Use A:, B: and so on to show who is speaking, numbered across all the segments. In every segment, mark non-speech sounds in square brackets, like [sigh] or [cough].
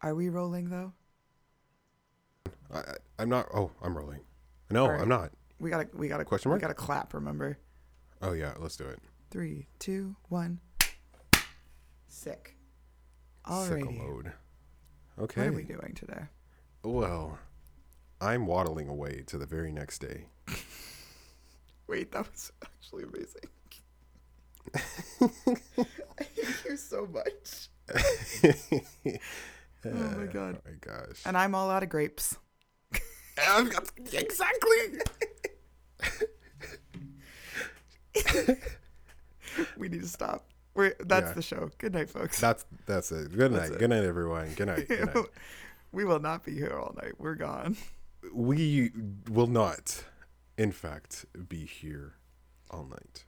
A: Are we rolling though?
B: I, I, I'm not. Oh, I'm rolling. No,
A: right.
B: I'm not.
A: We gotta we gotta
B: Question
A: we
B: mark?
A: gotta clap, remember?
B: Oh yeah, let's do it.
A: Three, two, one. Sick.
B: Sickle
A: Alrighty.
B: mode.
A: What
B: Okay.
A: are we doing today?
B: Well, I'm waddling away to the very
A: [laughs]
B: next day.
A: Wait, that was [laughs] actually
B: [laughs]
A: amazing. I hate you so much. Oh my god.
B: Oh my gosh.
A: And I'm all out of grapes. Uh,
B: exactly.
A: [laughs] We need to stop. We're that's
B: Yeah.
A: the show. Good night, folks.
B: That's that's it. Good night.
A: it.
B: Good night, everyone. Good night. Good night.
A: [laughs] we will not be here all night. We're gone.
B: we will not, in fact, be here all night.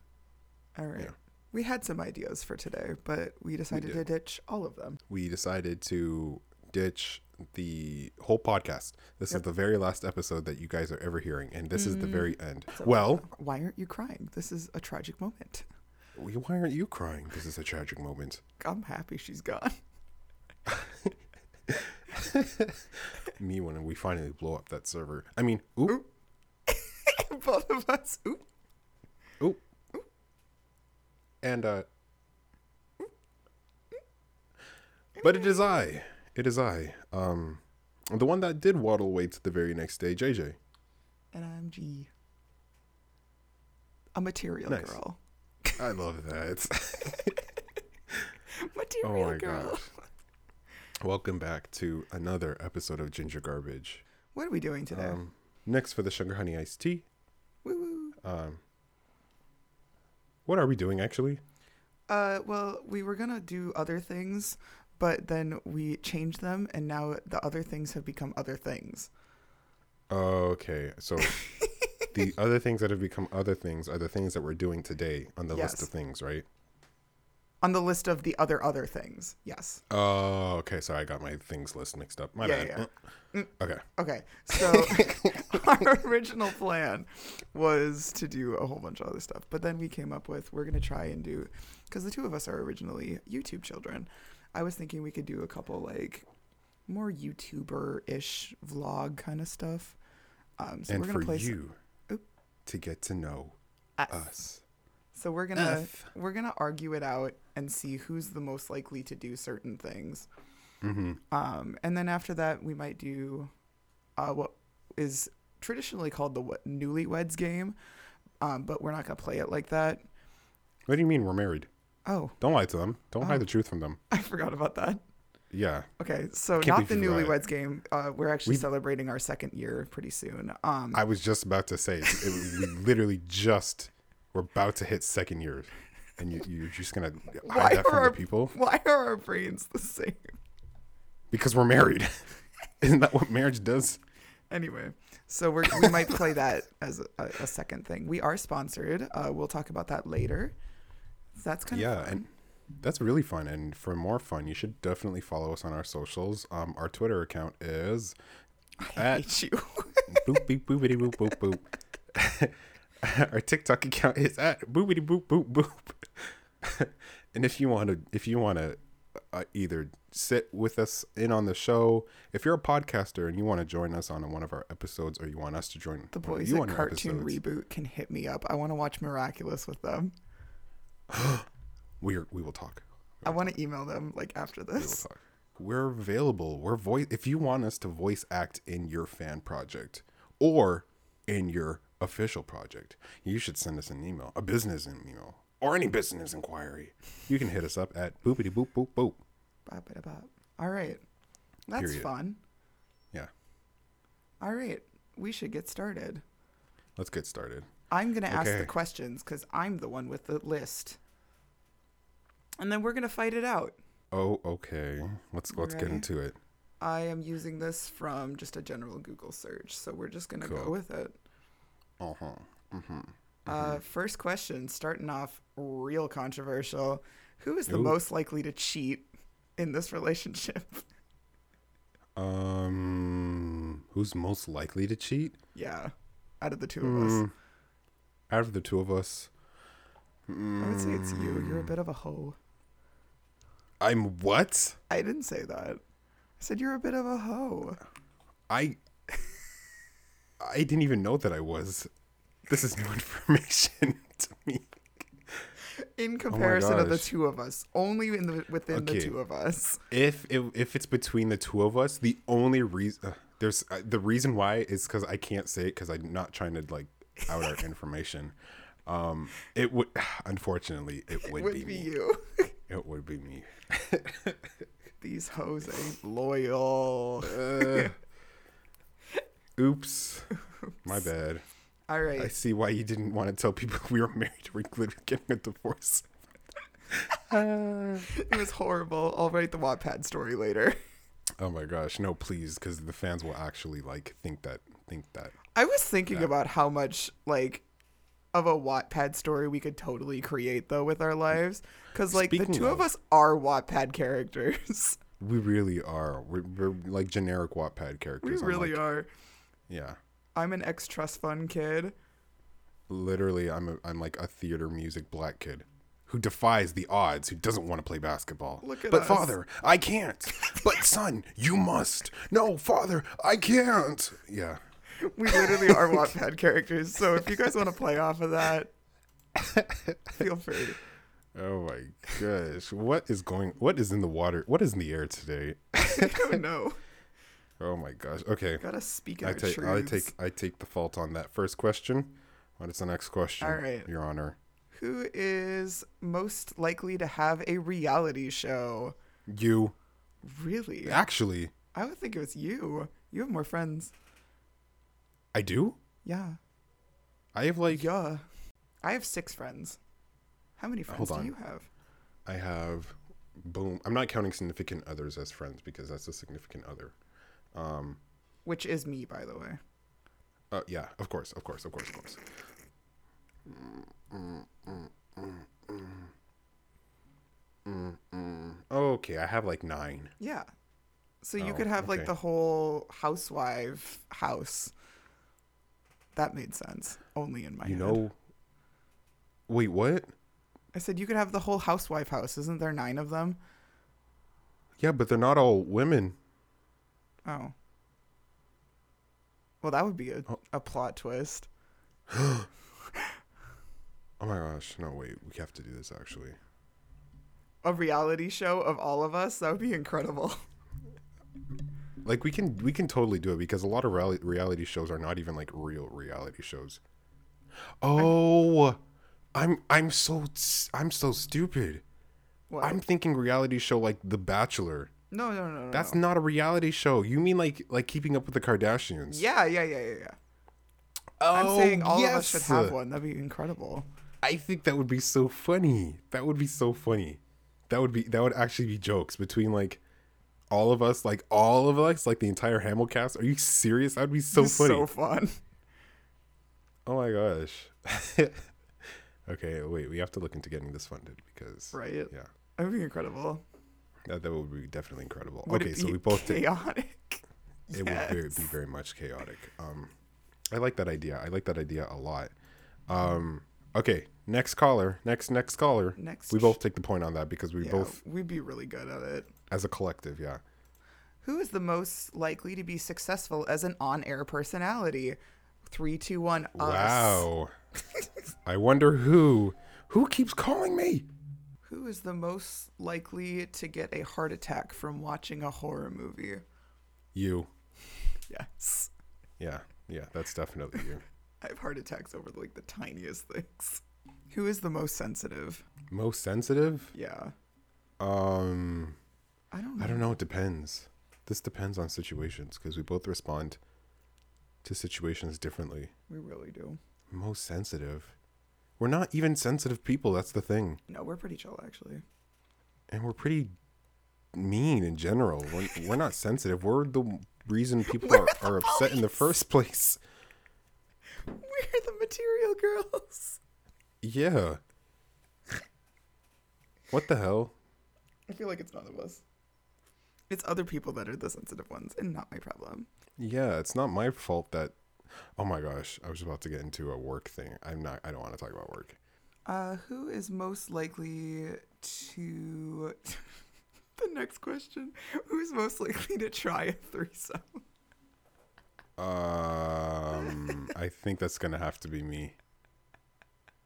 A: All right.
B: Yeah.
A: We had some ideas for today, but we decided to
B: did.
A: ditch all of them.
B: we decided to ditch the whole podcast. This is the very last episode that you guys are ever hearing, and this
A: Mm-hmm.
B: is the very end. well,
A: Why aren't you crying? This is a tragic moment. [laughs]
B: we- why aren't you crying? This is a tragic [laughs] moment.
A: I'm happy she's gone. [laughs]
B: Me when we finally blow up that server. I mean, oop, oop,
A: Both of us. Ooh.
B: and uh. But it is I. It is I. Um, the one that did waddle away to the very next day, JJ.
A: And I'm G. A material
B: Nice.
A: girl.
B: [laughs]
A: [laughs]
B: I love that. [laughs]
A: Material
B: Oh my
A: girl.
B: gosh. Welcome back to another episode of Ginger Garbage.
A: [laughs] What are we doing today?
B: Um, next for the sugar honey iced tea.
A: Woo woo.
B: Um, what are we doing actually?
A: Uh, well, we were gonna do other things, but then we changed them, and now the other things have become other things.
B: Oh, Okay, so
A: [laughs]
B: the other things that have become other things are the things that we're doing today on the
A: Yes.
B: list of things, right?
A: On the list of the other other things. Yes.
B: Oh, okay. Sorry, I got my things list mixed up. My
A: Yeah, Mm.
B: bad. Mm. Okay.
A: Okay, so [laughs] our original plan was to do a whole bunch of other stuff, but then we came up with we're gonna try and do because the two of us are originally YouTube children. I was thinking we could do a couple like more YouTuber ish vlog kind of stuff. Um, so
B: and
A: we're
B: for
A: gonna play. s-
B: you
A: Oop.
B: to get to know
A: Us.
B: us.
A: So we're gonna
B: F.
A: we're gonna argue it out and see who's the most likely to do certain things.
B: Mm-hmm.
A: Um, and then after that, we might do uh, what is traditionally called the w- newlyweds game, um, but we're not going to play it like that.
B: What do you mean we're married?
A: Oh, [laughs]
B: Don't lie to them. Don't
A: Oh.
B: hide the truth from them.
A: I forgot about that.
B: Yeah.
A: Okay, so
B: Can't
A: not the
B: believe you forgot
A: newlyweds game. Uh, we're actually
B: We-
A: celebrating our second year pretty soon. Um,
B: I was just about to say, it, it- we literally just we're about to hit second year, and you, you're just gonna
A: Why
B: hide that from
A: are-
B: the people
A: [laughs] why are our brains the same?
B: because we're married. [laughs] Isn't that what marriage does?
A: Anyway, so we're, we might play that as a, a second thing. We are sponsored. Uh, we'll talk about that later. That's kind
B: yeah,
A: of
B: and that's really fun. And for more fun, you should definitely follow us on our socials. Um, our Twitter account is
A: I
B: at
A: hate
B: [laughs]
A: you.
B: boop beep boopity boop boop boop. [laughs] our TikTok account is at boopity boop boop boop. [laughs] and if you want to, if you want to uh, either sit with us in on the show, if you're a podcaster and you want to join us on one of our episodes, or you want us to join
A: The
B: one of
A: boys
B: you
A: at
B: on our
A: Cartoon
B: episodes,
A: Reboot can hit me up. I want to watch Miraculous with them.
B: we're, we will talk.
A: I want to email them like after
B: We will
A: this.
B: talk. We're available. We're voice. If you want us to voice act in your fan project or in your official project, you should send us an email, a business email, or any business inquiry. You can hit us up at boopity boop boop boop.
A: Bop, bada, bop. All right. That's
B: Period.
A: fun.
B: Yeah,
A: All right. We should get started.
B: let's get started.
A: I'm going to ask the
B: Okay.
A: questions because I'm the one with the list. And then we're going to fight it out.
B: Oh, okay. Let's let's get
A: Ready?
B: into it.
A: I am using this from just a general Google search. So we're just going to go
B: Cool.
A: with it.
B: Uh huh. Mm-hmm.
A: Uh, first question, starting off real controversial. Who is the
B: Ooh.
A: most likely to cheat in this relationship? [laughs]
B: Um, who's most likely to cheat?
A: yeah, out of the two of us,
B: Mm, out of the two of us, Hmm.
A: I would say it's you. You're a bit of a hoe.
B: I'm what?
A: I didn't say that. I said you're a bit of a hoe.
B: I I didn't even know that I was. This is new [laughs] information [laughs] to me.
A: In comparison of the
B: Oh gosh.
A: two of us, only in the within the
B: Okay.
A: two of us.
B: If if, if it's between the two of us, the only reason there's uh, the reason why is because I can't say it because I'm not trying to like out [laughs] our information. Um, it would [sighs] unfortunately it would,
A: Would
B: be,
A: be
B: me.
A: you. [laughs]
B: It would be me.
A: These hoes ain't
B: [laughs]
A: loyal.
B: Uh, oops, my bad.
A: All right.
B: I see why you didn't want to tell people [laughs] we were married. We're literally getting a divorce. [laughs] Uh,
A: It was horrible. I'll write the Wattpad story later.
B: oh my gosh, no, please, because the fans will actually like think that think that.
A: I was thinking
B: Yeah.
A: about how much like of a Wattpad story we could totally create though with our lives, because like
B: Speaking
A: the two of,
B: of-
A: us are Wattpad characters. [laughs]
B: We really are. We're, we're like generic Wattpad
A: we
B: characters. I'm
A: really
B: like-
A: are.
B: Yeah,
A: I'm an ex trust fund kid.
B: literally, I'm a, I'm like a theater music black kid who defies the odds, who doesn't want to play basketball.
A: Look at
B: but
A: us.
B: father, I can't. but [laughs] son, you must. No, father, I can't. Yeah.
A: We literally
B: [laughs]
A: are Wattpad characters. So if you guys want to play off of that, feel free.
B: Oh my gosh. What is going what is in the water? What is in the air today?
A: I don't know.
B: Oh my gosh. Okay.
A: Gotta speak in
B: I
A: our
B: take I
A: truths.
B: take I take the fault on that first question. What is the next question?
A: All right.
B: Your honor.
A: Who is most likely to have a reality show?
B: You
A: Really?
B: actually
A: I would think it was you. You have more friends.
B: I do?
A: Yeah.
B: I have like
A: Yeah. I have six friends. How many friends
B: Hold
A: do
B: on.
A: you have?
B: I have boom. I'm not counting significant others as friends because that's a significant other. Um
A: Which is me, by the way.
B: uh, yeah, of course, of course, of course, of course. Okay, I have like nine.
A: Yeah. So you
B: Oh,
A: could have like
B: okay.
A: the whole housewife house. That made sense. Only in my
B: you
A: head.
B: know wait what
A: I said you could have the whole housewife house. Isn't there nine of them?
B: yeah but they're not all women
A: Oh. Well, that would be a,
B: Oh.
A: a plot twist.
B: oh my gosh no wait we have to do this actually
A: A reality show of all of us? That would be incredible. [laughs]
B: like we can we can totally do it because a lot of reali- reality shows are not even like real reality shows oh i'm i'm so s- i'm so stupid
A: What?
B: i'm thinking reality show like the bachelor
A: no, no, no, no.
B: that's
A: no.
B: not a reality show you mean like like keeping up with the kardashians
A: Yeah, yeah, yeah, yeah, yeah.
B: oh,
A: I'm saying all of us should have
B: yes.
A: one. That'd be incredible.
B: I think that would be so funny. That would be so funny. That would be that would actually be jokes between like all of us, like all of us, like the entire Hamill cast. Are you serious? That would be so
A: It's
B: funny.
A: So fun. [laughs]
B: oh my gosh. [laughs] okay, wait. We have to look into getting this funded because
A: Right?
B: yeah,
A: That'd be incredible.
B: that, that would be definitely incredible.
A: Would
B: okay,
A: it be
B: so we both think
A: chaotic. [laughs]
B: it would
A: yes.
B: very, be very much chaotic. Um, I like that idea. I like that idea a lot. Um, okay, next caller. Next next caller.
A: Next
B: We both take the point on that because we
A: yeah,
B: both
A: We'd be really good at it.
B: as a collective yeah
A: Who is the most likely to be successful as an on-air personality? Three, two, one. Us.
B: wow i wonder who who keeps calling me
A: Who is the most likely to get a heart attack from watching a horror movie?
B: you
A: Yes.
B: yeah yeah that's definitely you
A: I have heart attacks over like the tiniest things. Who is the most sensitive?
B: most sensitive
A: Yeah.
B: um
A: I don't know.
B: i don't know it depends this depends on situations because we both respond to situations differently
A: We really do.
B: most sensitive we're not even sensitive people that's the thing
A: No, we're pretty chill actually.
B: and we're pretty mean in general we're, we're not sensitive we're the reason people are, are upset in the first place
A: We're the material girls.
B: Yeah. What the hell?
A: I feel like it's none of us. It's other people that are the sensitive ones and not my problem.
B: Yeah, it's not my fault that. Oh my gosh, I was about to get into a work thing. I'm not. I don't want to talk about work.
A: Uh, who is most likely to. [laughs] the next question. Who's most likely to try a threesome?
B: Um, I think that's gonna have to be me.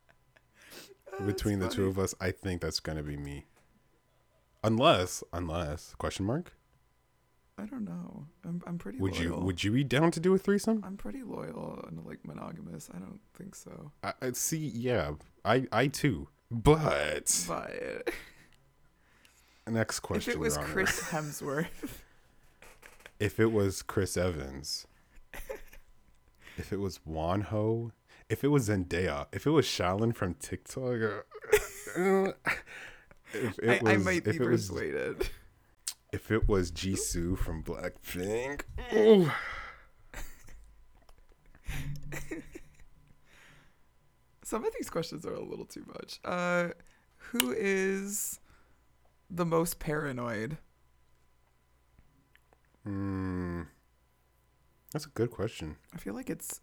A: Oh, that's
B: Between the two
A: funny.
B: of us, I think that's gonna be me. Unless, unless question mark?
A: I don't know. I'm, I'm pretty
B: Would you
A: loyal.
B: would you be down to do a threesome?
A: I'm pretty loyal and like monogamous. I don't think so.
B: I, I see. Yeah, I I too. But
A: But [laughs]
B: next
A: if
B: question.
A: it was
B: Your Honor.
A: Chris Hemsworth,
B: if it was Chris Evans, if it was Juan Ho, if it was Zendaya, if it was Shallon from TikTok, uh, uh, [laughs] if
A: I,
B: it
A: I
B: was,
A: might be
B: if, it was
A: persuaded.
B: if it was Jisoo from Blackpink,
A: Mm.
B: oh,
A: Some of these questions are a little too much. Uh, who is the most paranoid?
B: mm, that's a good question.
A: I feel like it's.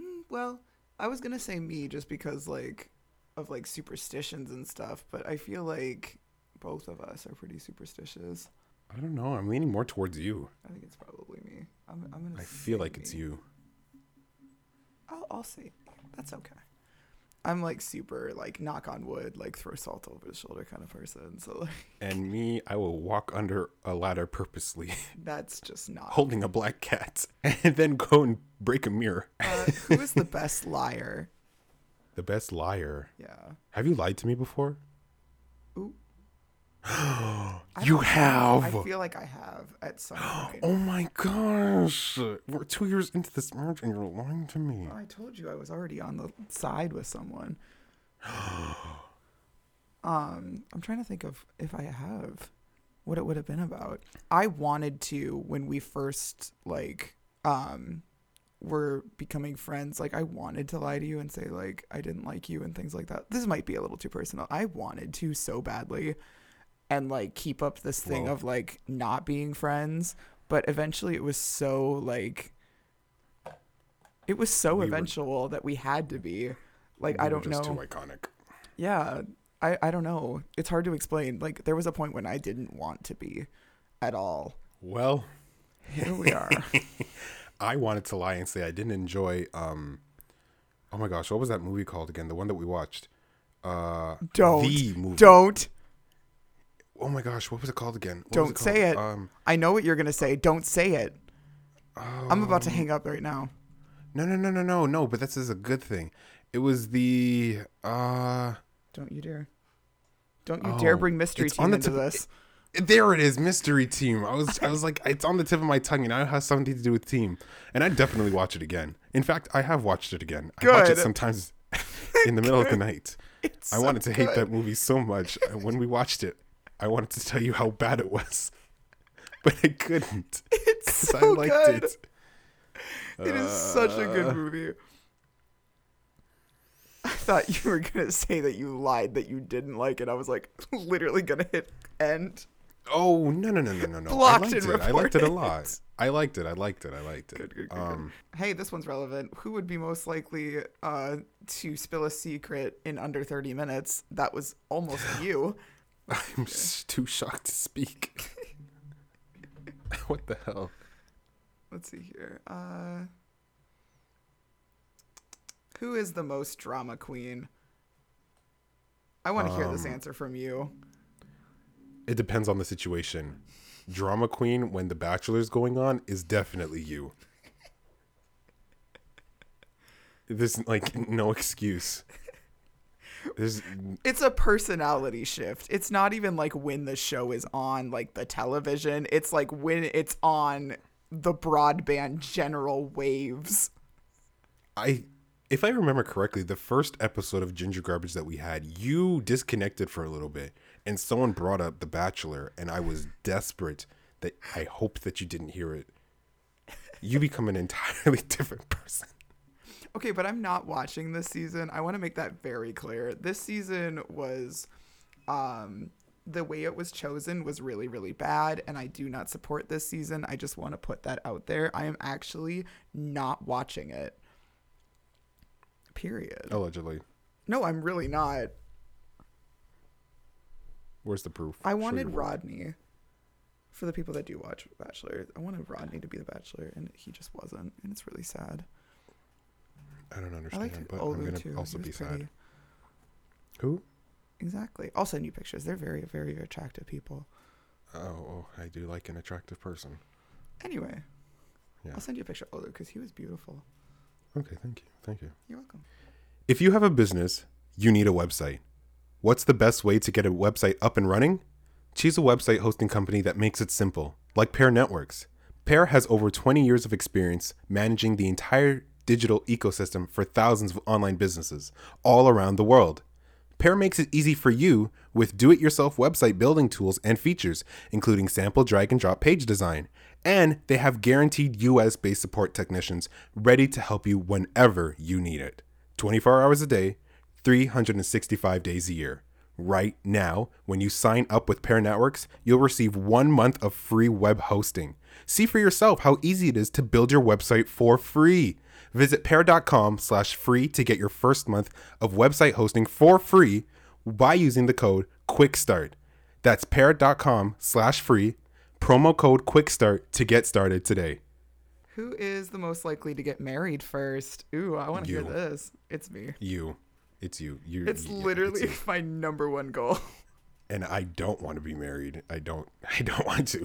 A: Mm, well, I was gonna say me just because like of like superstitions and stuff, but I feel like both of us are pretty superstitious.
B: I don't know. I'm leaning more towards you.
A: I think it's probably me. I'm, I'm gonna.
B: I feel
A: say
B: like it's
A: me.
B: you.
A: I'll, I'll see. That's okay. I'm like super like knock on wood, like throw salt over the shoulder kind of person. So like [laughs]
B: And me, I will walk under a ladder purposely, [laughs]
A: that's just not.
B: holding a black cat, [laughs] and then go and break a mirror.
A: Uh, who is the best liar?
B: The best liar.
A: Yeah.
B: Have you lied to me before? [gasps]
A: Ooh. I
B: you
A: don't-
B: have.
A: I feel like I have at some point.
B: oh my gosh. We're two years into this marriage and you're lying to me.
A: I told you I was already on the side with someone. um, I'm trying to think of if I have what it would have been about. I wanted to when we first like um were becoming friends, like I wanted to lie to you and say like I didn't like you and things like that. This might be a little too personal. I wanted to so badly and like keep up this thing
B: Whoa.
A: of like not being friends, but eventually it was so like it was so
B: We were-
A: eventual that we had to be like
B: We
A: I
B: were
A: don't know.
B: just too iconic.
A: Yeah, I, I don't know. It's hard to explain. Like, there was a point when I didn't want to be at all.
B: Well,
A: Here we are.
B: I wanted to lie and say I didn't enjoy um Oh my gosh, what was that movie called again? The one that we watched. Uh
A: [laughs] Don't.
B: the movie.
A: don't.
B: Oh my gosh, what was it called again? What was
A: Don't say
B: called?
A: it.
B: Um
A: I know what you're going to say. Don't say it. I'm about to
B: Oh.
A: hang up right now.
B: no no no no no no, but this is a good thing. It was the uh
A: Don't you dare. Don't you dare
B: Oh,
A: bring mystery
B: it's
A: team
B: on the
A: into
B: tip-
A: this.
B: There it is, mystery team. I was I was like, it's on the tip of my tongue, and I has something to do with team. And I definitely watch it again. In fact, I have watched it again. I watch it
A: Good. [laughs]
B: sometimes in the middle of the night.
A: It's
B: I
A: so
B: wanted to hate
A: good.
B: that movie so much. And When we watched it, I wanted to tell you how bad it was, [laughs] but I couldn't
A: It's
B: 'cause
A: so
B: I liked
A: good.
B: it.
A: It is such a good movie. I thought you were going to say that you lied that you didn't like it. I was like, [laughs] literally going to hit end.
B: Oh no no no no no no! I
A: Blocked
B: liked
A: and
B: it. I liked it a
A: reported.
B: lot. I liked it. I liked it. I liked it.
A: Good, good, good, good.
B: um,
A: Hey, this one's relevant. Who would be most likely uh, to spill a secret in under 30 minutes? That was almost you.
B: [laughs] I'm s too shocked to speak. [laughs] what the hell?
A: Let's see here. Uh, who is the most drama queen? I want to hear this
B: Um,
A: answer from you.
B: It depends on the situation. Drama queen when the bachelor's going on is definitely you. There's like no excuse. There's
A: It's a personality shift. It's not even like when the show is on, like the television. It's like when it's on the broadband general waves.
B: I if I remember correctly, the first episode of Ginger Garbage that we had, you disconnected for a little bit and someone brought up The Bachelor and I was desperate that I hoped that you didn't hear it. You become an [laughs] entirely different person.
A: Okay, but I'm not watching this season. I want to make that very clear. This season was um the way it was chosen was really really bad and I do not support this season. I just want to put that out there. I am actually not watching it. Period.
B: Allegedly.
A: No, I'm really not.
B: Where's the proof?
A: I
B: Show
A: wanted
B: your work.
A: Rodney. For the people that do watch Bachelor, I wanted Rodney to be the Bachelor, and he just wasn't, and it's really sad.
B: I don't
A: I
B: understand,
A: liked
B: but I'm
A: Olu
B: gonna
A: too.
B: also
A: he
B: be
A: was
B: sad.
A: pretty.
B: Who?
A: Exactly. I'll send you pictures. They're very, very attractive people.
B: Oh, oh, I do like an attractive person.
A: Anyway,
B: Yeah.
A: I'll send you a picture of Olu because he was beautiful.
B: Okay, thank you, thank you.
A: You're welcome.
B: If you have a business, you need a website. What's the best way to get a website up and running? Choose a website hosting company that makes it simple, like Pair Networks. Pair has over 20 years of experience managing the entire digital ecosystem for thousands of online businesses all around the world. Pair makes it easy for you with do it yourself website building tools and features, including sample drag and drop page design. And they have guaranteed US based support technicians ready to help you whenever you need it. 24 hours a day, 365 days a year. Right now, when you sign up with Pair Networks, you'll receive one month of free web hosting. See for yourself how easy it is to build your website for free. Visit pair.com slash free to get your first month of website hosting for free by using the code QUICKSTART. That's pair.com slash free, promo code QUICKSTART to get started today.
A: Who is the most likely to get married first? Ooh, I want to hear
B: You.
A: this. It's me.
B: You. It's you. you
A: It's
B: you-
A: literally
B: you.
A: my number one goal. [laughs]
B: and I don't want to be married. I don't. [laughs] I don't want to.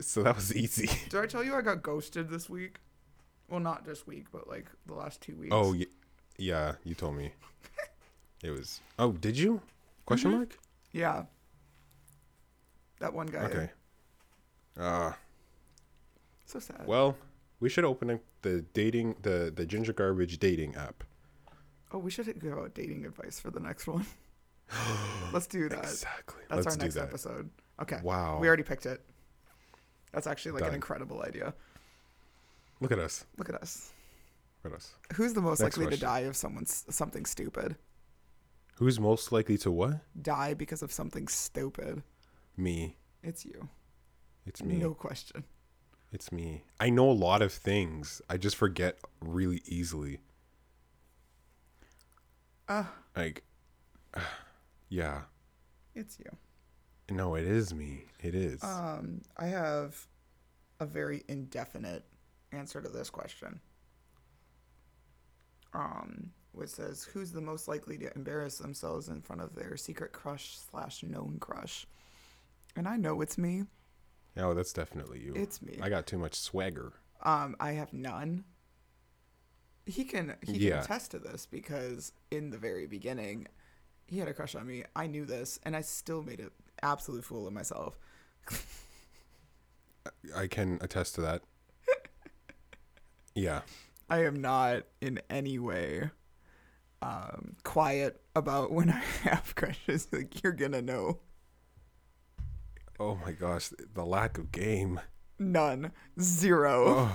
B: So that was easy.
A: Did I tell you I got ghosted this week? Well, not this week, but like the last two weeks.
B: Oh, y- yeah. You told me. It was. Oh, did you? Question
A: Mm-hmm.
B: mark.
A: yeah. That one guy.
B: Okay. Uh,
A: So sad.
B: well, we should open up the dating the the ginger garbage dating app.
A: Oh, we should give out dating advice for the next
B: [gasps]
A: one. Let's do that.
B: Exactly.
A: That's
B: Let's
A: our
B: do
A: next
B: that.
A: episode. Okay.
B: Wow.
A: We already picked it. That's actually like
B: Done.
A: an incredible idea.
B: Look at us.
A: Look at us.
B: Look at us.
A: Who's the most
B: Next
A: likely to
B: question.
A: die of someone's something stupid?
B: Who's most likely to what?
A: Die because of something stupid.
B: Me.
A: It's you.
B: It's me.
A: No question.
B: It's me. I know a lot of things. I just forget really easily.
A: Uh,
B: Like, [sighs] yeah.
A: it's you.
B: No, it is me. It is.
A: Um, I have a very indefinite answer to this question. Um, which says, "Who's the most likely to embarrass themselves in front of their secret crush slash known crush?" And I know it's me.
B: no, Oh, that's definitely you.
A: It's me.
B: I got too much swagger.
A: Um, I have none. He can he
B: Yeah.
A: can attest to this because in the very beginning, he had a crush on me. I knew this, and I still made an absolute fool of myself.
B: I can attest to that. yeah.
A: I am not in any way um, quiet about when [laughs] I have crushes. Like you're gonna know
B: Oh my gosh, the lack of game.
A: none, zero.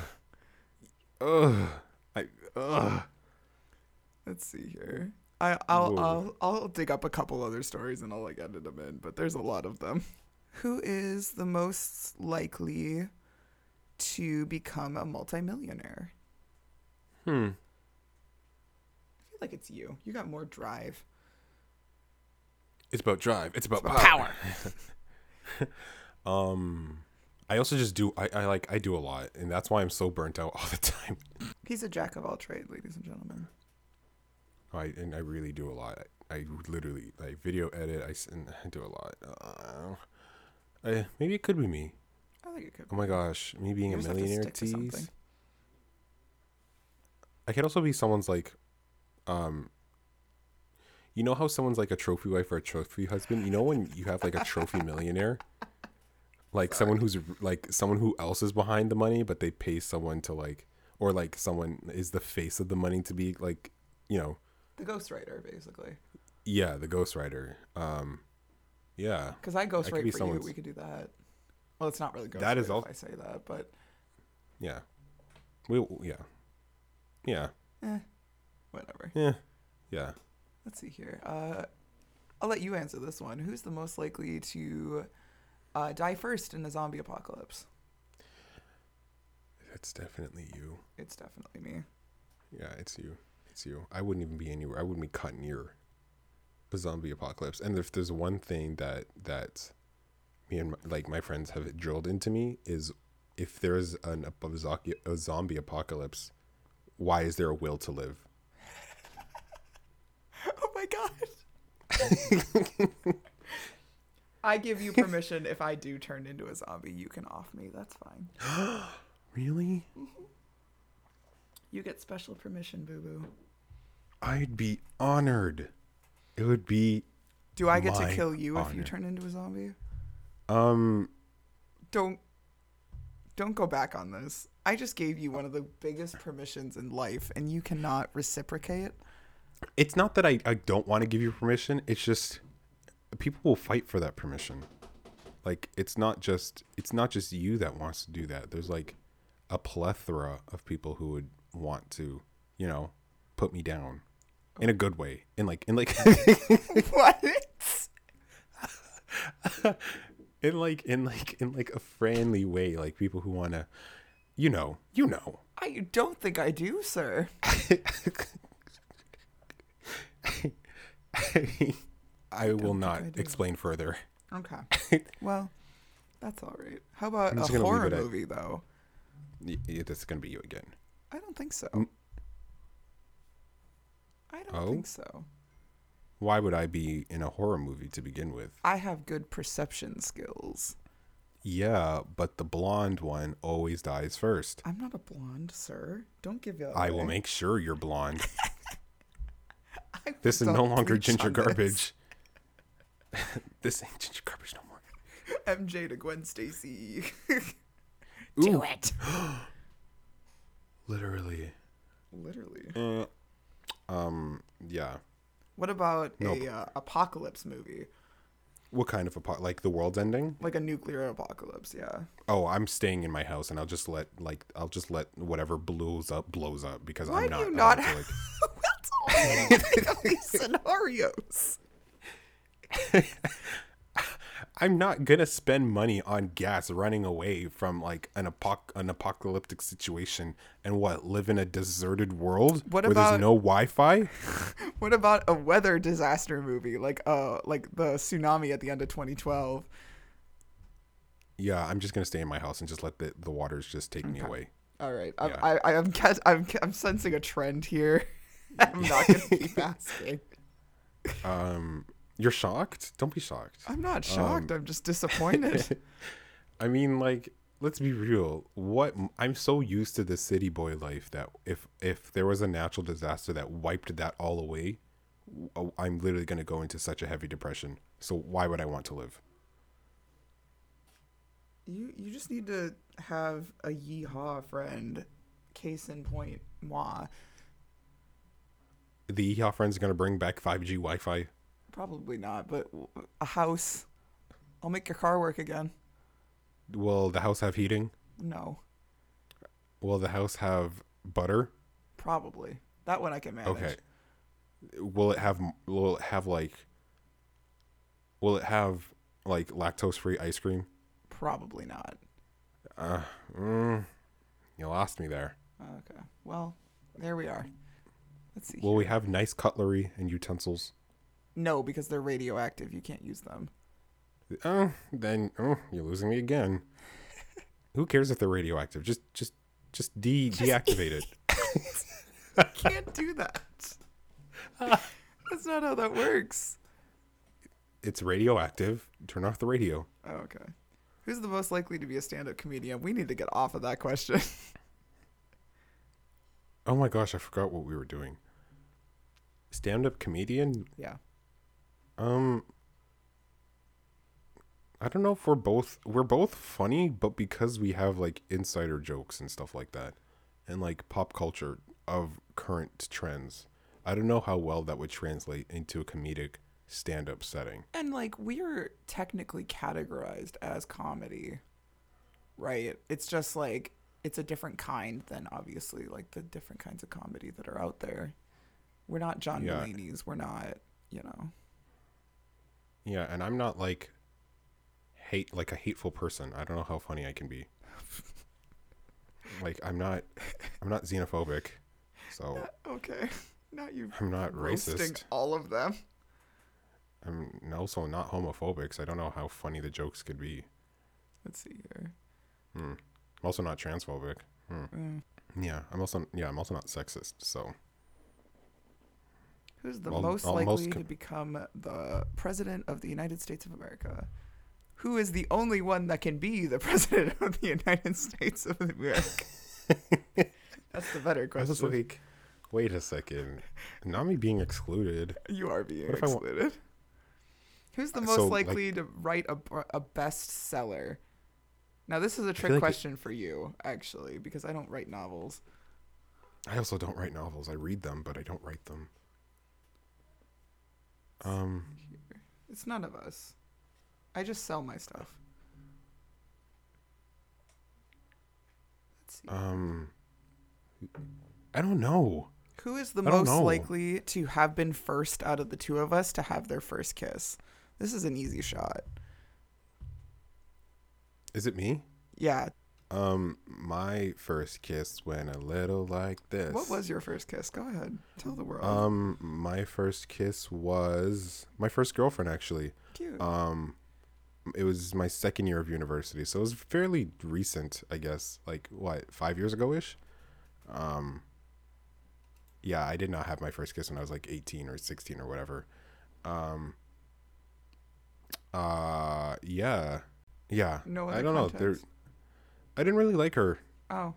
B: Oh. Ugh. I. Ugh.
A: Let's see here. I, I'll, I'll
B: Whoa.
A: I'll dig up a couple other stories and I'll like edit them in, but there's a lot of them. Who is the most likely to become a multimillionaire?
B: Hmm.
A: I feel like it's you. You got more drive.
B: It's about drive. It's about,
A: about
B: power. [laughs] um, I also just do. I, I like. I do a lot, and that's why I'm so burnt out [laughs] all the time.
A: He's a jack of all trades, ladies and gentlemen.
B: I and I really do a lot. I, I literally like video edit. I, s- and I do a lot. Uh, I, maybe it could be me.
A: I think it could.
B: Oh my gosh, me being
A: You
B: a
A: just have to
B: millionaire
A: stick to something.
B: tease. I could also be someone's like, um. You know how someone's like a trophy wife or a trophy husband. You know when you have like a trophy millionaire, like someone who's like someone who else is behind the money, but they pay someone to like, or like someone is the face of the money to be like, you know,
A: The ghostwriter, basically.
B: yeah, the ghostwriter. Um, yeah,
A: Because I
B: could
A: ghostwrite
B: be
A: for
B: someone's-
A: you. We could do that. Well, it's not really ghostwrite
B: That is
A: if
B: al-
A: I say that, but
B: yeah, we yeah, yeah,
A: whatever.
B: yeah, yeah.
A: Let's see here. Uh, I'll let you answer this one. Who's the most likely to uh, die first in a zombie apocalypse?
B: That's definitely you.
A: It's definitely me. [laughs]
B: Yeah, it's you. It's you. I wouldn't even be anywhere. I wouldn't be caught near. a zombie apocalypse. And if there's one thing that that me and my, like my friends have drilled into me is if there's an ap- a zoc- a zombie apocalypse, why is there a will to live?
A: Oh my god.
B: [laughs]
A: I give you permission if I do turn into a zombie, you can off me. That's fine.
B: Really?
A: You get special permission, boo boo.
B: I'd be honored. It would be
A: Do I get
B: My
A: to kill you if you
B: honor.
A: turn into a zombie?
B: um
A: Don't don't go back on this. I just gave you one of the biggest permissions in life and you cannot
B: [laughs]
A: reciprocate.
B: it's not that I, I don't want to give you permission. It's just people will fight for that permission. Like it's not just it's not just you that wants to do that. There's like a plethora of people who would want to, you know, put me down in a good way. In like in like [laughs]
A: what?
B: in like in like in like a friendly way, like people who want to you know, you know. [laughs]
A: I don't think I do, sir.
B: I will not
A: I do.
B: explain further.
A: Okay.
B: [laughs]
A: Well, that's all right. How about
B: I'm
A: a
B: just gonna leave
A: horror
B: it at-
A: movie though?
B: Y- y- That's going to be you again.
A: I don't think so.
B: Mm.
A: I don't
B: Oh?
A: think so.
B: Why would I be in a horror movie to begin with?
A: I have good perception skills.
B: Yeah, but the blonde one always dies first.
A: I'm not a blonde, sir. Don't give up.
B: I will make sure you're blonde.
A: [laughs] I
B: This is
A: will
B: no longer
A: bleach
B: ginger
A: on this. [laughs]
B: garbage. [laughs] this ain't ginger garbage no more.
A: MJ to Gwen Stacy. [laughs]
B: Ooh.
A: it.
B: Literally.
A: Literally.
B: Uh, um. Yeah.
A: What about
B: Nope.
A: a uh, apocalypse movie?
B: What kind of apo- like the world's ending?
A: Like a nuclear apocalypse, yeah.
B: Oh, I'm staying in my house and I'll just let like I'll just let whatever blows up blows up because
A: Why
B: I'm
A: do
B: not.
A: you
B: I
A: not
B: don't feel
A: have [laughs] [laughs] That's all these scenarios?
B: I'm not gonna spend money on gas running away from like an apoc- an apocalyptic situation and what live in a deserted world
A: What
B: where
A: about-
B: there's no Wi-Fi.
A: What about a weather disaster movie? Like uh like the tsunami at the end of 2012.
B: Yeah, I'm just gonna stay in my house and just let the, the waters just take me away.
A: All right.
B: Yeah.
A: I, I, I'm, ca- I'm, ca- I'm sensing a trend here. [laughs] I'm not
B: [laughs]
A: going to keep asking.
B: Um, you're shocked? Don't be shocked.
A: I'm not shocked. I'm just
B: [laughs]
A: disappointed.
B: I mean, like, let's be real. What I'm so used to the city boy life that if if there was a natural disaster that wiped that all away, w- I'm literally gonna go into such a heavy depression. So why would I want to live?
A: you, you just need to have a yeehaw friend. Case in point, moi.
B: The Yeehaw friends are gonna bring back 5G Wi-Fi.
A: Probably not, but w- a house. I'll make your car work again.
B: Will the house have heating?
A: No,
B: Will the house have butter?
A: probably. That one I can manage.
B: Okay. Will it have? Will it have like? Will it have like lactose-free ice cream?
A: Probably not.
B: Uh, mm, you lost me there.
A: Okay. Well, there we are. Let's see.
B: Will we have nice cutlery and utensils?
A: no, because they're radioactive. You can't use them.
B: Oh, then oh, you're losing me again. Who cares if they're radioactive? Just, just, just de deactivate it.
A: can't do that. That's not how that works.
B: It's radioactive. Turn off the radio.
A: Oh, okay. Who's the most likely to be a stand up comedian? We need to get off of that question. [laughs]
B: Oh my gosh, I forgot what we were doing. Stand up comedian.
A: yeah.
B: Um, I don't know if we're both we're both funny, but because we have like insider jokes and stuff like that, and like pop culture of current trends, I don't know how well that would translate into a comedic stand-up setting.
A: And like, we're technically categorized as comedy, right? It's just like, it's a different kind than obviously like the different kinds of comedy that are out there. We're not John
B: Yeah.
A: Mulaney's. We're not, you know.
B: Yeah, and I'm not like hate like a hateful person. I don't know how funny I can be. like I'm not I'm not xenophobic, so
A: Okay. [laughs] Now you're
B: I'm not
A: roasting
B: racist.
A: all of them.
B: I'm also not homophobic, because I don't know how funny the jokes could be.
A: Let's see here.
B: Hmm. I'm also not transphobic. Hmm.
A: Mm.
B: Yeah, I'm also yeah, I'm also not sexist. So
A: Who's the
B: Well,
A: most
B: almost
A: likely
B: com-
A: to become the president of the United States of America? Who is the only one that can be the [laughs] president of the United States of
B: [laughs]
A: America? That's the better
B: I was
A: question.
B: like, wait a second, not me being excluded.
A: You are being
B: What if I wa-
A: excluded. Who's the
B: Uh,
A: most
B: so, like-
A: likely to write a, br- a bestseller? Now, this is a
B: like
A: trick
B: it-
A: question for you, actually, because I don't write novels.
B: I also don't write novels. I read them, but I don't write them. Um,
A: It's none of us. I just sell my stuff. Let's see.
B: um, I don't know.
A: Who is the
B: I don't
A: most
B: know.
A: likely to have been first out of the two of us to have their first kiss? This is an easy shot.
B: Is it me?
A: Yeah.
B: Um, my first kiss went a little like this.
A: What was your first kiss? Go ahead. Tell the world.
B: Um, my first kiss was my first girlfriend actually.
A: Cute.
B: Um, it was my second year of university, so it was fairly recent, I guess. Like what, five years ago ish. Um, yeah, I did not have my first kiss when I was like eighteen or sixteen or whatever. Um, uh, yeah, yeah.
A: No
B: I
A: other
B: don't know. There,
A: context?
B: I didn't really like her. [laughs]
A: oh.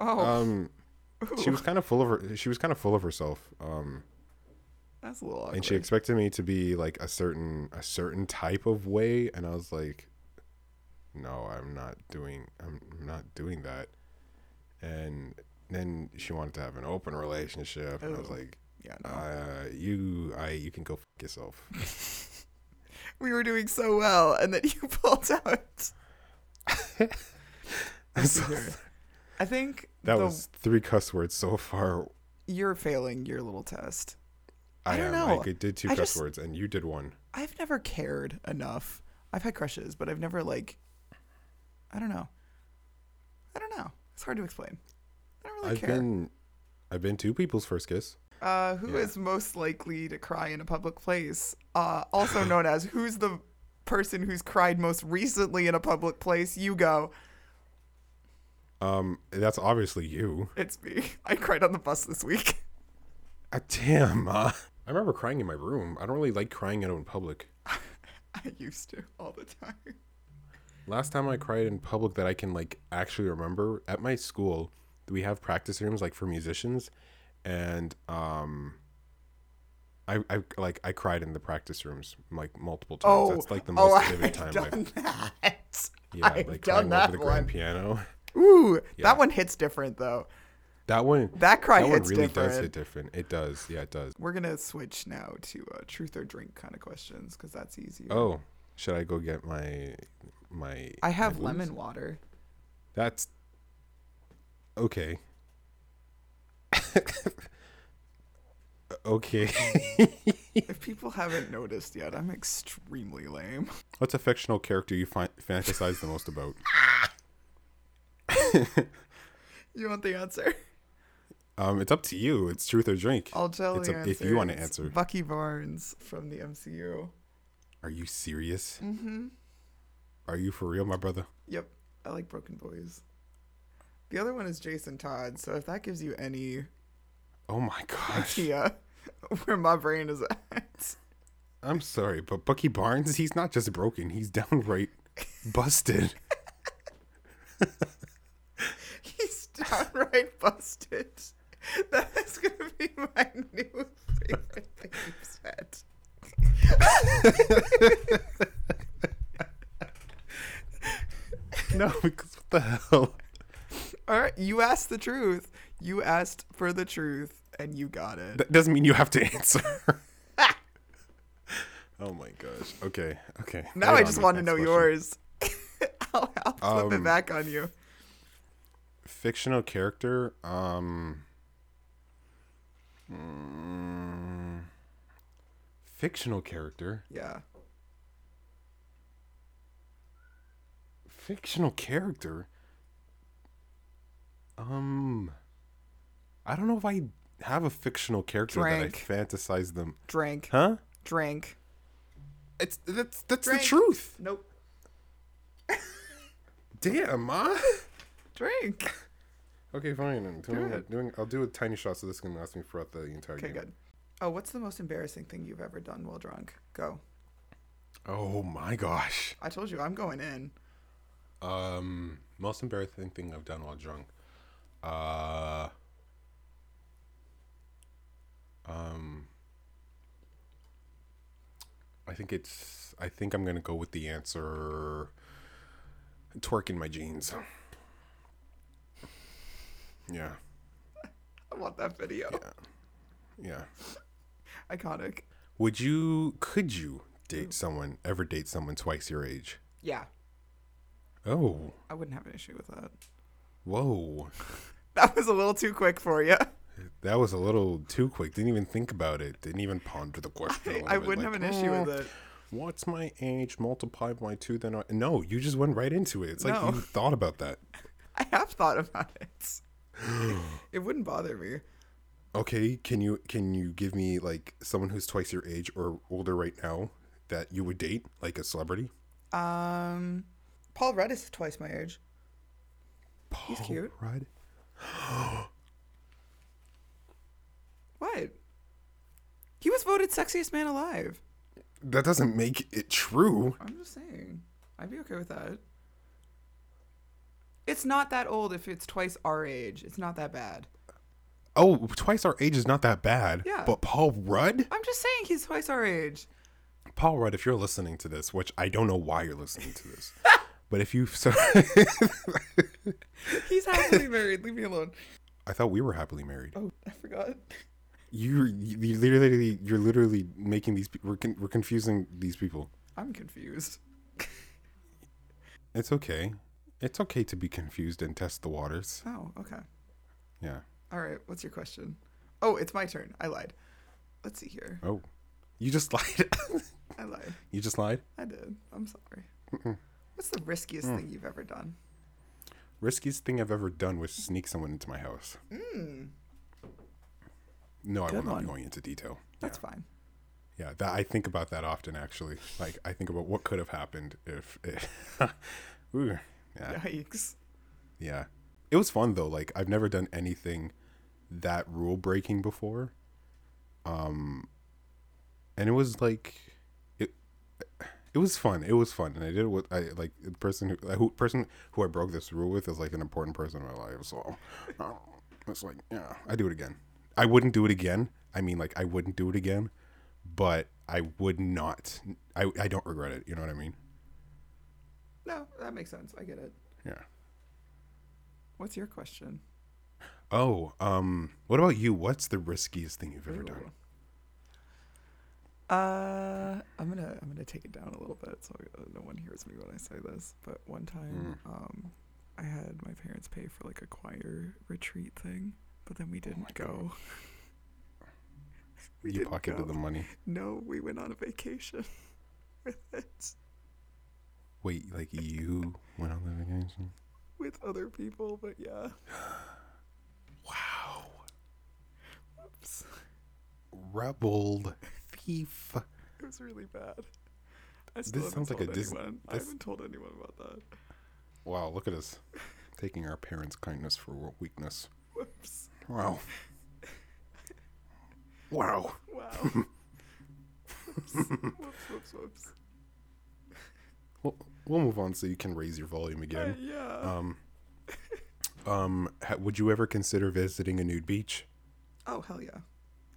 A: Oh.
B: Um,
A: ooh, [laughs]
B: she was kind of full of her. She was kind of full of herself. Um.
A: that's a little awkward.
B: and she expected me to be like a certain a certain type of way and i was like no i'm not doing i'm not doing that and then she wanted to have an open relationship and i was
A: Oh.
B: like
A: yeah, no.
B: uh you i you can go
A: [laughs]
B: fuck yourself [laughs]
A: we were doing so well, and then [laughs] you pulled out.
B: So
A: I think
B: that
A: the,
B: was three cuss words so far
A: you're failing your little test.
B: i,
A: I don't
B: am
A: know.
B: i did two
A: I
B: cuss
A: just-
B: words and you did one
A: I've never cared enough. I've had crushes, but I've never like I don't know. I don't know. It's hard to explain. I don't really
B: i've
A: care.
B: been i've been two people's first kiss
A: uh, who is
B: yeah.
A: most likely to cry in a public place? Uh, also known as who's the person who's cried most recently in a public place? You go.
B: um that's obviously you
A: It's me. I cried on the bus this week. [laughs]
B: Ah, damn. Uh, I remember crying in my room. I don't really like crying out in public.
A: I used to all the time.
B: Last time I cried in public that I can like actually remember at my school, we have practice rooms like for musicians, and um, I, I like I cried in the practice rooms like multiple times.
A: Oh,
B: That's like the
A: oh,
B: most vivid
A: [laughs] I've
B: time.
A: done that.
B: I, [laughs] yeah,
A: I've
B: like
A: done
B: crying over
A: that
B: the
A: one.
B: grand piano.
A: Ooh,
B: Yeah.
A: that one hits different though.
B: That one.
A: That cry
B: that one
A: hits
B: really
A: different.
B: does hit different. It does. Yeah, it does.
A: We're gonna switch now to uh, truth or drink kind of questions because that's easier.
B: Oh, should I go get my my?
A: I have
B: my booze?
A: lemon water.
B: That's okay. okay. [laughs]
A: if people haven't noticed yet, I'm extremely lame.
B: What's a fictional character you find fantasize the most about?
A: You want the answer?
B: Um, it's up to you. It's truth or drink.
A: I'll tell
B: It's
A: you.
B: up- if you wanna answer.
A: Bucky Barnes from the MCU.
B: Are you serious?
A: Mm-hmm.
B: Are you for real, my brother?
A: Yep, I like Broken Boys. The other one is Jason Todd. So if that gives you any
B: Oh my gosh.
A: idea [laughs] where my brain is at, [laughs]
B: I'm sorry, but Bucky Barnes, he's not just broken, he's downright
A: [laughs]
B: busted. [laughs]
A: he's downright busted. That is gonna be my new favorite thing you've said.
B: no, because what the hell?
A: All right, you asked the truth. You asked for the truth, and you got it.
B: That doesn't mean you have to [laughs] answer. oh my gosh. Okay. Okay.
A: Now I
B: Right
A: just
B: on
A: want to
B: next
A: know
B: question.
A: yours. [laughs] I'll, I'll flip
B: Um,
A: it back on you.
B: Fictional character. Um. mm, fictional character.
A: Yeah.
B: Fictional character. Um. I don't know if I have a fictional character
A: Drank.
B: that I fantasize them.
A: Drink.
B: Huh?
A: Drink.
B: It's that's that's
A: Drink.
B: the truth.
A: Nope.
B: Damn, ma. [laughs]
A: Drink.
B: Okay, fine. I'm
A: Do
B: doing,
A: it.
B: doing I'll do a tiny shot so this can last me throughout the entire
A: Okay,
B: game.
A: good. Oh, what's the most embarrassing thing you've ever done while drunk? Go.
B: Oh my gosh.
A: I told you I'm going in.
B: Um, most embarrassing thing I've done while drunk. Uh. Um. I think it's. I think I'm gonna go with the answer. Twerk in my jeans. Yeah,
A: I want that video.
B: yeah.
A: Iconic.
B: Would you? Could you date someone? Ever date someone twice your age?
A: Yeah.
B: Oh,
A: I wouldn't have an issue with that.
B: whoa.
A: That was a little too quick for you.
B: That was a little too quick. Didn't even think about it. Didn't even ponder the question.
A: [laughs] I wouldn't have an issue with it.
B: "Oh, What's my age multiplied by two? Then I... no, you just went right into it. It's like
A: No.
B: you thought about that.
A: I have thought about
B: [sighs]
A: it. it wouldn't bother me.
B: Okay, can you can you give me like someone who's twice your age or older right now that you would date, like a celebrity?
A: Um, Paul Rudd is twice my age.
B: Paul
A: cute.
B: Rudd.
A: What? He was voted sexiest man alive.
B: That doesn't make it true.
A: I'm just saying. I'd be okay with that. It's not that old if it's twice our age. It's not that bad.
B: Oh, twice our age is not that bad.
A: Yeah.
B: But Paul Rudd?
A: I'm just saying he's twice our age.
B: Paul Rudd, if you're listening to this, which I don't know why you're listening to
A: [laughs]
B: this, but if you so [laughs]
A: He's [laughs] happily married. Leave me alone.
B: I thought we were happily married.
A: Oh, I forgot.
B: You, you literally, you're literally making these. pe- We're con, we're confusing these people.
A: I'm confused.
B: It's okay. It's okay to be confused and test the waters.
A: Oh, okay.
B: Yeah.
A: All right. What's your question? Oh, it's my turn. I lied. Let's see here.
B: Oh, you just [laughs] lied.
A: I lied.
B: you just lied.
A: I did. I'm sorry. What's the riskiest thing you've ever done?
B: Riskiest thing I've ever done was sneak someone into my house. No, I
A: Hmm. Good
B: will not
A: one.
B: be going into detail.
A: That's fine.
B: Yeah, that I think about that often. Actually, like I think about what could have happened if. [laughs] Ooh, yeah.
A: Yikes.
B: Yeah. It was fun though. Like I've never done anything that rule breaking before. Um and it was like it it was fun. It was fun. And I did it with I like the person who like, who person who I broke this rule with is like an important person in my life. So uh, it's like, yeah, I do it again. I wouldn't do it again. I mean like I wouldn't do it again, but I would not I I don't regret it, you know what I mean?
A: No, that makes sense. I get it.
B: Yeah.
A: What's your question?
B: Oh, um what about you? What's the riskiest thing you've ever
A: Ooh.
B: done?
A: Uh, I'm gonna I'm gonna take it down a little bit so uh, no one hears me when I say this. But one time,
B: Mm.
A: um, I had my parents pay for like a choir retreat thing, but then
B: Oh
A: we didn't go. we
B: you
A: didn't
B: pocketed
A: go.
B: the money.
A: [laughs] No, we went on a vacation [laughs] with it
B: Wait, like you went on the vacation?
A: with other people. But yeah,
B: Wow.
A: Oops.
B: Rebel thief.
A: it was really bad. I still haven't
B: This sounds like a
A: told
B: Dis-
A: anyone. I
B: this-
A: haven't told anyone about that.
B: [laughs] Wow, look at us. Taking our parents' kindness for weakness.
A: Whoops.
B: Wow. Wow. [laughs]
A: Wow. whoops, whoops, whoops, whoops.
B: We'll, we'll move on so you can raise your volume
A: Uh,
B: again.
A: yeah.
B: Um, um, ha- would you ever consider visiting a nude beach?
A: oh, hell yeah.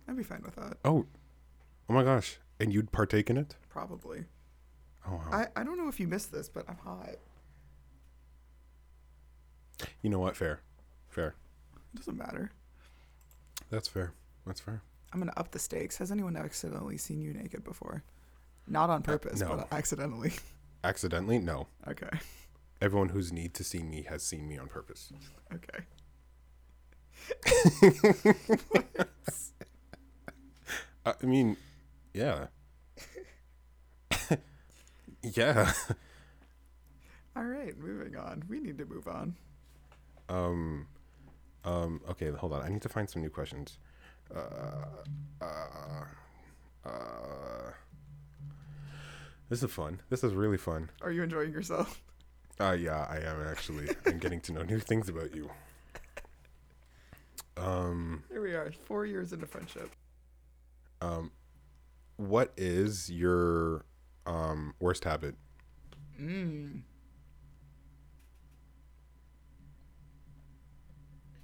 A: I'd be fine with that.
B: Oh, oh my gosh. And you'd partake in it?
A: Probably.
B: Oh, wow.
A: I, I don't know if you missed this, but I'm hot.
B: you know what? Fair. Fair.
A: It doesn't matter.
B: That's fair. That's fair.
A: I'm going to up the stakes. Has anyone accidentally seen you naked before? Not on purpose,
B: Uh, no.
A: but accidentally. [laughs]
B: Accidentally? No.
A: okay.
B: Everyone who's need to see me has seen me on purpose.
A: Okay.
B: I I mean, yeah. [laughs] yeah.
A: All right, moving on. We need to move on.
B: Um um okay, hold on. I need to find some new questions. Uh uh uh This is fun. This is really fun.
A: Are you enjoying yourself? [laughs]
B: Uh, yeah, I am actually. I'm getting to know new things about you. Um,
A: Here we are, four years into friendship.
B: um, what is your um worst habit?
A: Mm.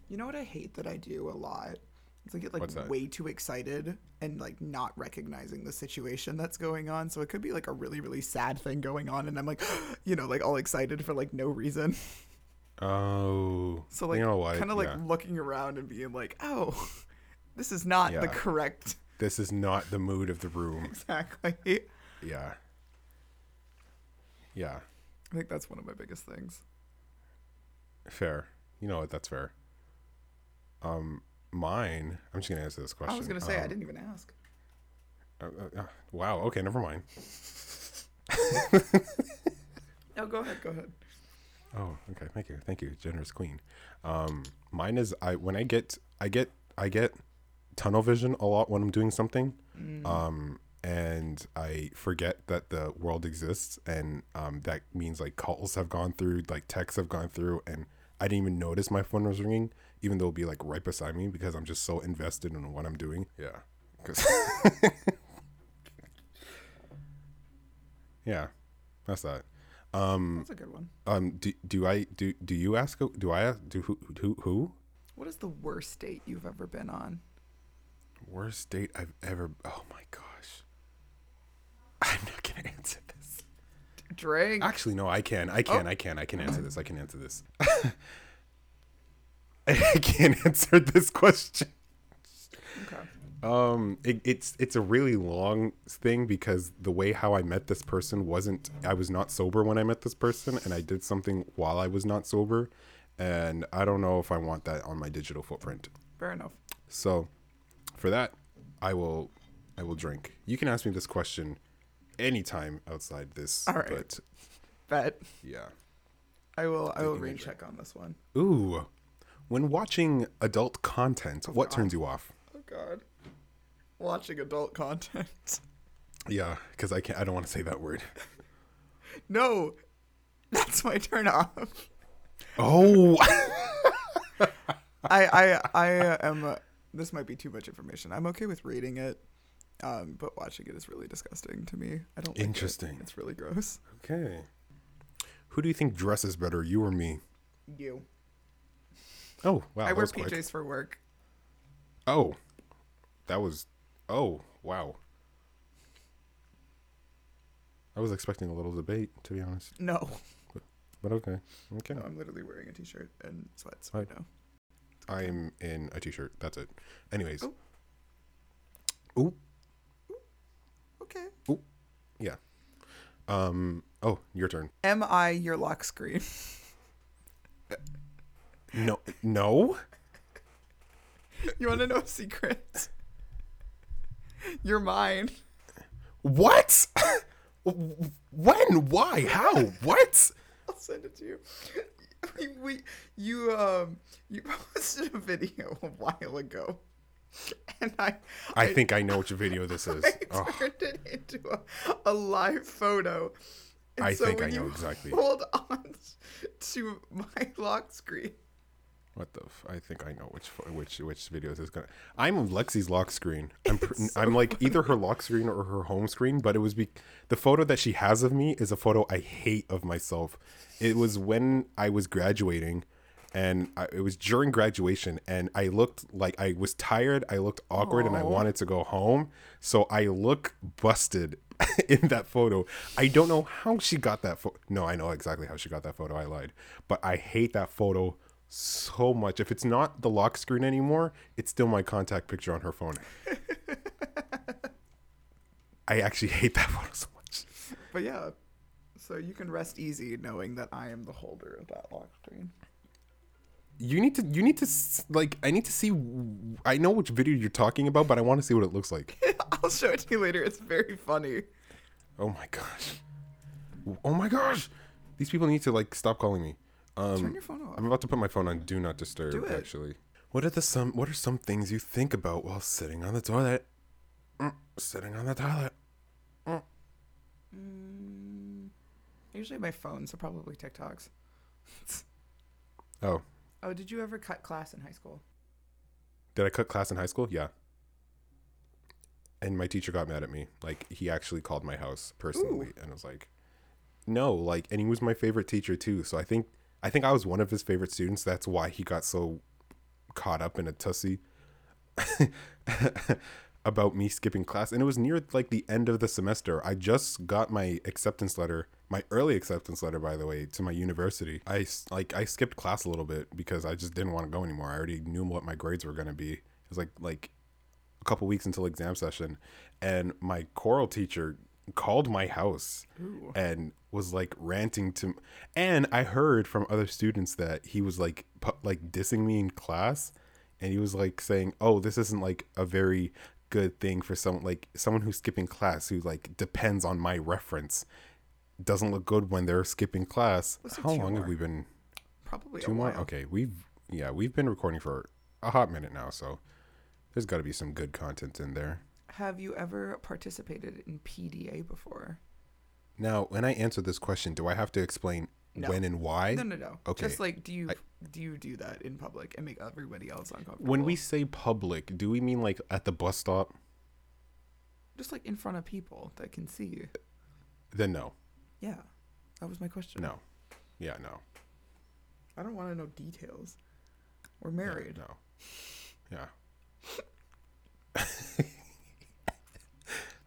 A: You know what I hate that I do a lot? It's I get
B: What's that?
A: like way too excited and like not recognizing the situation that's going on. So it could be like a really, really sad thing going on and I'm like, [gasps] you know, like all excited for like no reason. [laughs]
B: Oh,
A: So like
B: you know what?
A: kind of like
B: Yeah.
A: looking around and being like, oh, [laughs] this is not the
B: Yeah.
A: correct [laughs]
B: this is not the mood of the room.
A: exactly.
B: Yeah, yeah,
A: I think that's one of my biggest things.
B: fair. You know what? That's fair. Um, mine. I'm just gonna answer this question.
A: Oh, I was gonna say I
B: Um,
A: didn't even ask.
B: uh, uh, uh, wow. Okay. Never mind.
A: No, go ahead, go ahead.
B: Oh, okay. Thank you. Thank you, generous queen. Um, mine is I when I get I get I get tunnel vision a lot when I'm doing something. Um, and I forget that the world exists, and um, that means like calls have gone through, like texts have gone through, and I didn't even notice my phone was ringing, even though it'll be like right beside me because I'm just so invested in what I'm doing. Yeah. [laughs] 'Cause- yeah. That's that. Um,
A: That's a good one.
B: um, do, do I do do you ask? Do I ask? Do who who who?
A: What is the worst date you've ever been on?
B: Worst date I've ever. Oh my gosh. [laughs] I'm not gonna answer this.
A: Drink.
B: Actually, no, I can. I
A: Oh.
B: can. I can. I can answer this. I can answer this. [laughs] I can't answer this question.
A: Okay.
B: Um, it, it's it's a really long thing because the way how I met this person wasn't I was not sober when I met this person, and I did something while I was not sober, and I don't know if I want that on my digital footprint.
A: Fair enough.
B: So, for that, I will, I will drink. You can ask me this question anytime outside this.
A: All right.
B: But
A: Bet.
B: yeah.
A: I will I will
B: Taking a
A: rain
B: drink.
A: check on this one.
B: Ooh, when watching adult content, what turns you off?
A: Oh god. Watching adult content. [laughs]
B: Yeah, because I can't. I don't want to say that word.
A: No. That's my turn off.
B: [laughs] Oh, [laughs]
A: I I I am uh, this might be too much information. I'm okay with reading it. Um, but watching it is really disgusting to me. I don't like it.
B: Interesting.
A: It's really gross.
B: okay. Who do you think dresses better, you or me?
A: You.
B: Oh, wow.
A: I
B: that
A: wear
B: was quick.
A: PJs for work.
B: Oh, that was. Oh, wow. I was expecting a little debate, to be honest.
A: No.
B: But okay. Okay.
A: No, I'm literally wearing a t-shirt and sweats.
B: Right.
A: No.
B: I'm in a t-shirt. That's it. Anyways.
A: Oh.
B: Ooh.
A: Okay.
B: Yeah. Um. Oh, your turn.
A: Am I your lock screen? [laughs]
B: No. No.
A: You want to know a secret? [laughs] You're mine.
B: What? [laughs] when? Why? How? What?
A: [laughs] I'll send it to you. We, we- you um you [laughs] posted a video a while ago, [laughs] and I
B: I think I know which video this [laughs] is.
A: I
B: Oh,
A: [laughs] turned it into a, a live photo. And
B: I think I
A: when
B: know
A: you
B: exactly.
A: [laughs] Hold on to my lock screen.
B: what the? F- I think I know which fo- which which video this is gonna. I'm Lexi's lock screen. I'm pr- I'm like either her lock screen or her home screen. But it was be- the photo that she has of me is a photo I hate of myself. It was when I was graduating, and I, it was during graduation, and I looked like I was tired. I looked awkward, and I wanted to go home. So I look busted [laughs] in that photo. I don't know how she got that photo. No, I know exactly how she got that photo. I lied, but I hate that photo so much. If it's not the lock screen anymore, it's still my contact picture on
A: [laughs]
B: her phone. I actually hate that [laughs] photo so much.
A: But yeah, so you can rest easy knowing that I am the holder of that lock screen. [laughs]
B: You need to, you need to, s- like, I need to see. w- I know which video you're talking about, but I want to see what it
A: [laughs]
B: looks like.
A: I'll show it to you later. It's very funny.
B: Oh my gosh. Oh my gosh. These people need to like stop calling me. Um,
A: Turn your phone off.
B: I'm about to put my phone on do not disturb.
A: Do it.
B: Actually, what are the some What are some things you think about while sitting on the toilet? Mm, sitting on the toilet. Mm,
A: Mm, usually my phone, so probably TikToks.
B: Oh.
A: Oh, did you ever cut class in high school?
B: Did I cut class in high school? Yeah. And my teacher got mad at me. Like he actually called my house personally, and I was like, "No!" Like, and he was my favorite teacher too. So I think I think I was one of his favorite students. That's why he got so caught up in a tussy [laughs] about me skipping class. And it was near like the end of the semester. I just got my acceptance letter, my early acceptance letter, by the way, to my university. I s- like I skipped class a little bit because I just didn't want to go anymore. I already knew what my grades were gonna be. It was like like a couple weeks until exam session, and my choral teacher called my house
A: Ooh.
B: and was like ranting to and i heard from other students that he was like pu- like dissing me in class and he was like saying oh this isn't like a very good thing for someone like someone who's skipping class who like depends on my reference doesn't look good when they're skipping class
A: Let's do
B: how
A: two
B: long have
A: more.
B: we been
A: Probably
B: two
A: a
B: more
A: while.
B: okay we've yeah we've been recording for a hot minute now so there's got to be some good content in there
A: Have you ever participated in PDA before?
B: now when i answer this question do i have to explain
A: No.
B: when and why
A: no, no, no.
B: okay.
A: Just like, do you do you do that in public and make everybody else uncomfortable?
B: When we say public, do we mean like at the bus stop?
A: just like in front of people that can see you.
B: Then no,
A: Yeah, that was my question.
B: no, yeah, no,
A: I don't want to know details. We're
B: yeah,
A: married.
B: no, yeah. I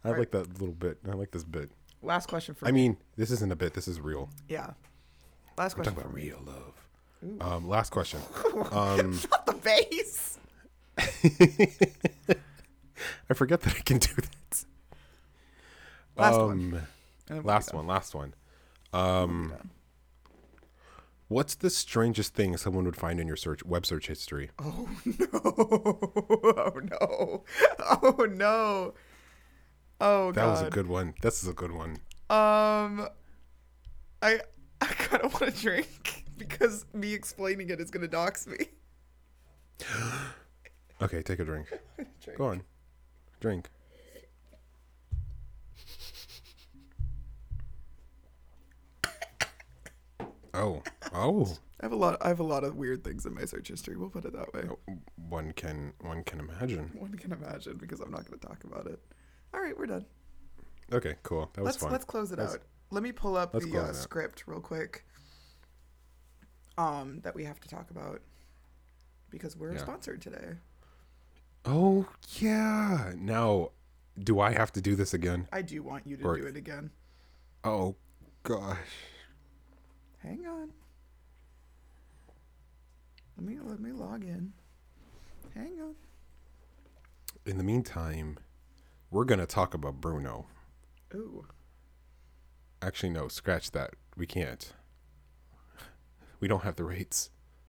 A: Alright.
B: like that little bit. I like this bit.
A: Last question for
B: I
A: me.
B: mean, this isn't a bit. This is real.
A: yeah. Last
B: We're
A: question
B: talking
A: for
B: about
A: me.
B: real love. Um, last question.
A: [laughs]
B: Um,
A: Not the face.
B: I forget that I can do that.
A: Last one.
B: Um,
A: And then we'll be
B: Last
A: done.
B: one. Last one.
A: We'll be
B: Um,
A: done.
B: what's the strangest thing someone would find in your search web search history?
A: [laughs] Oh no! [laughs] Oh no! Oh no! Oh
B: That
A: god!
B: was a good one. This is a good one.
A: Um, I I kind of want to drink [laughs] because me explaining it is gonna dox me. [laughs]
B: Okay, take a drink.
A: Drink.
B: Go on. Drink. Oh. Oh.
A: I have a lot. I have a lot of weird things in my search history. We'll put it that way.
B: One can one can imagine.
A: One can imagine because I'm not gonna talk about it. All right, we're done.
B: Okay, cool. That was
A: Let's
B: fun.
A: let's close it
B: Let's-
A: out. Let me pull up
B: let's
A: the
B: close
A: uh,
B: it out.
A: script real quick. Um, that we have to talk about because we're
B: Yeah.
A: sponsored today.
B: Oh yeah. Now do I have to do this again?
A: I do want you to
B: Or-
A: do it again.
B: Oh gosh.
A: Hang on. Let me let me log in. Hang on.
B: In the meantime, we're gonna talk about Bruno.
A: Ooh.
B: Actually no, scratch that. [laughs] We can't. We don't have the rates.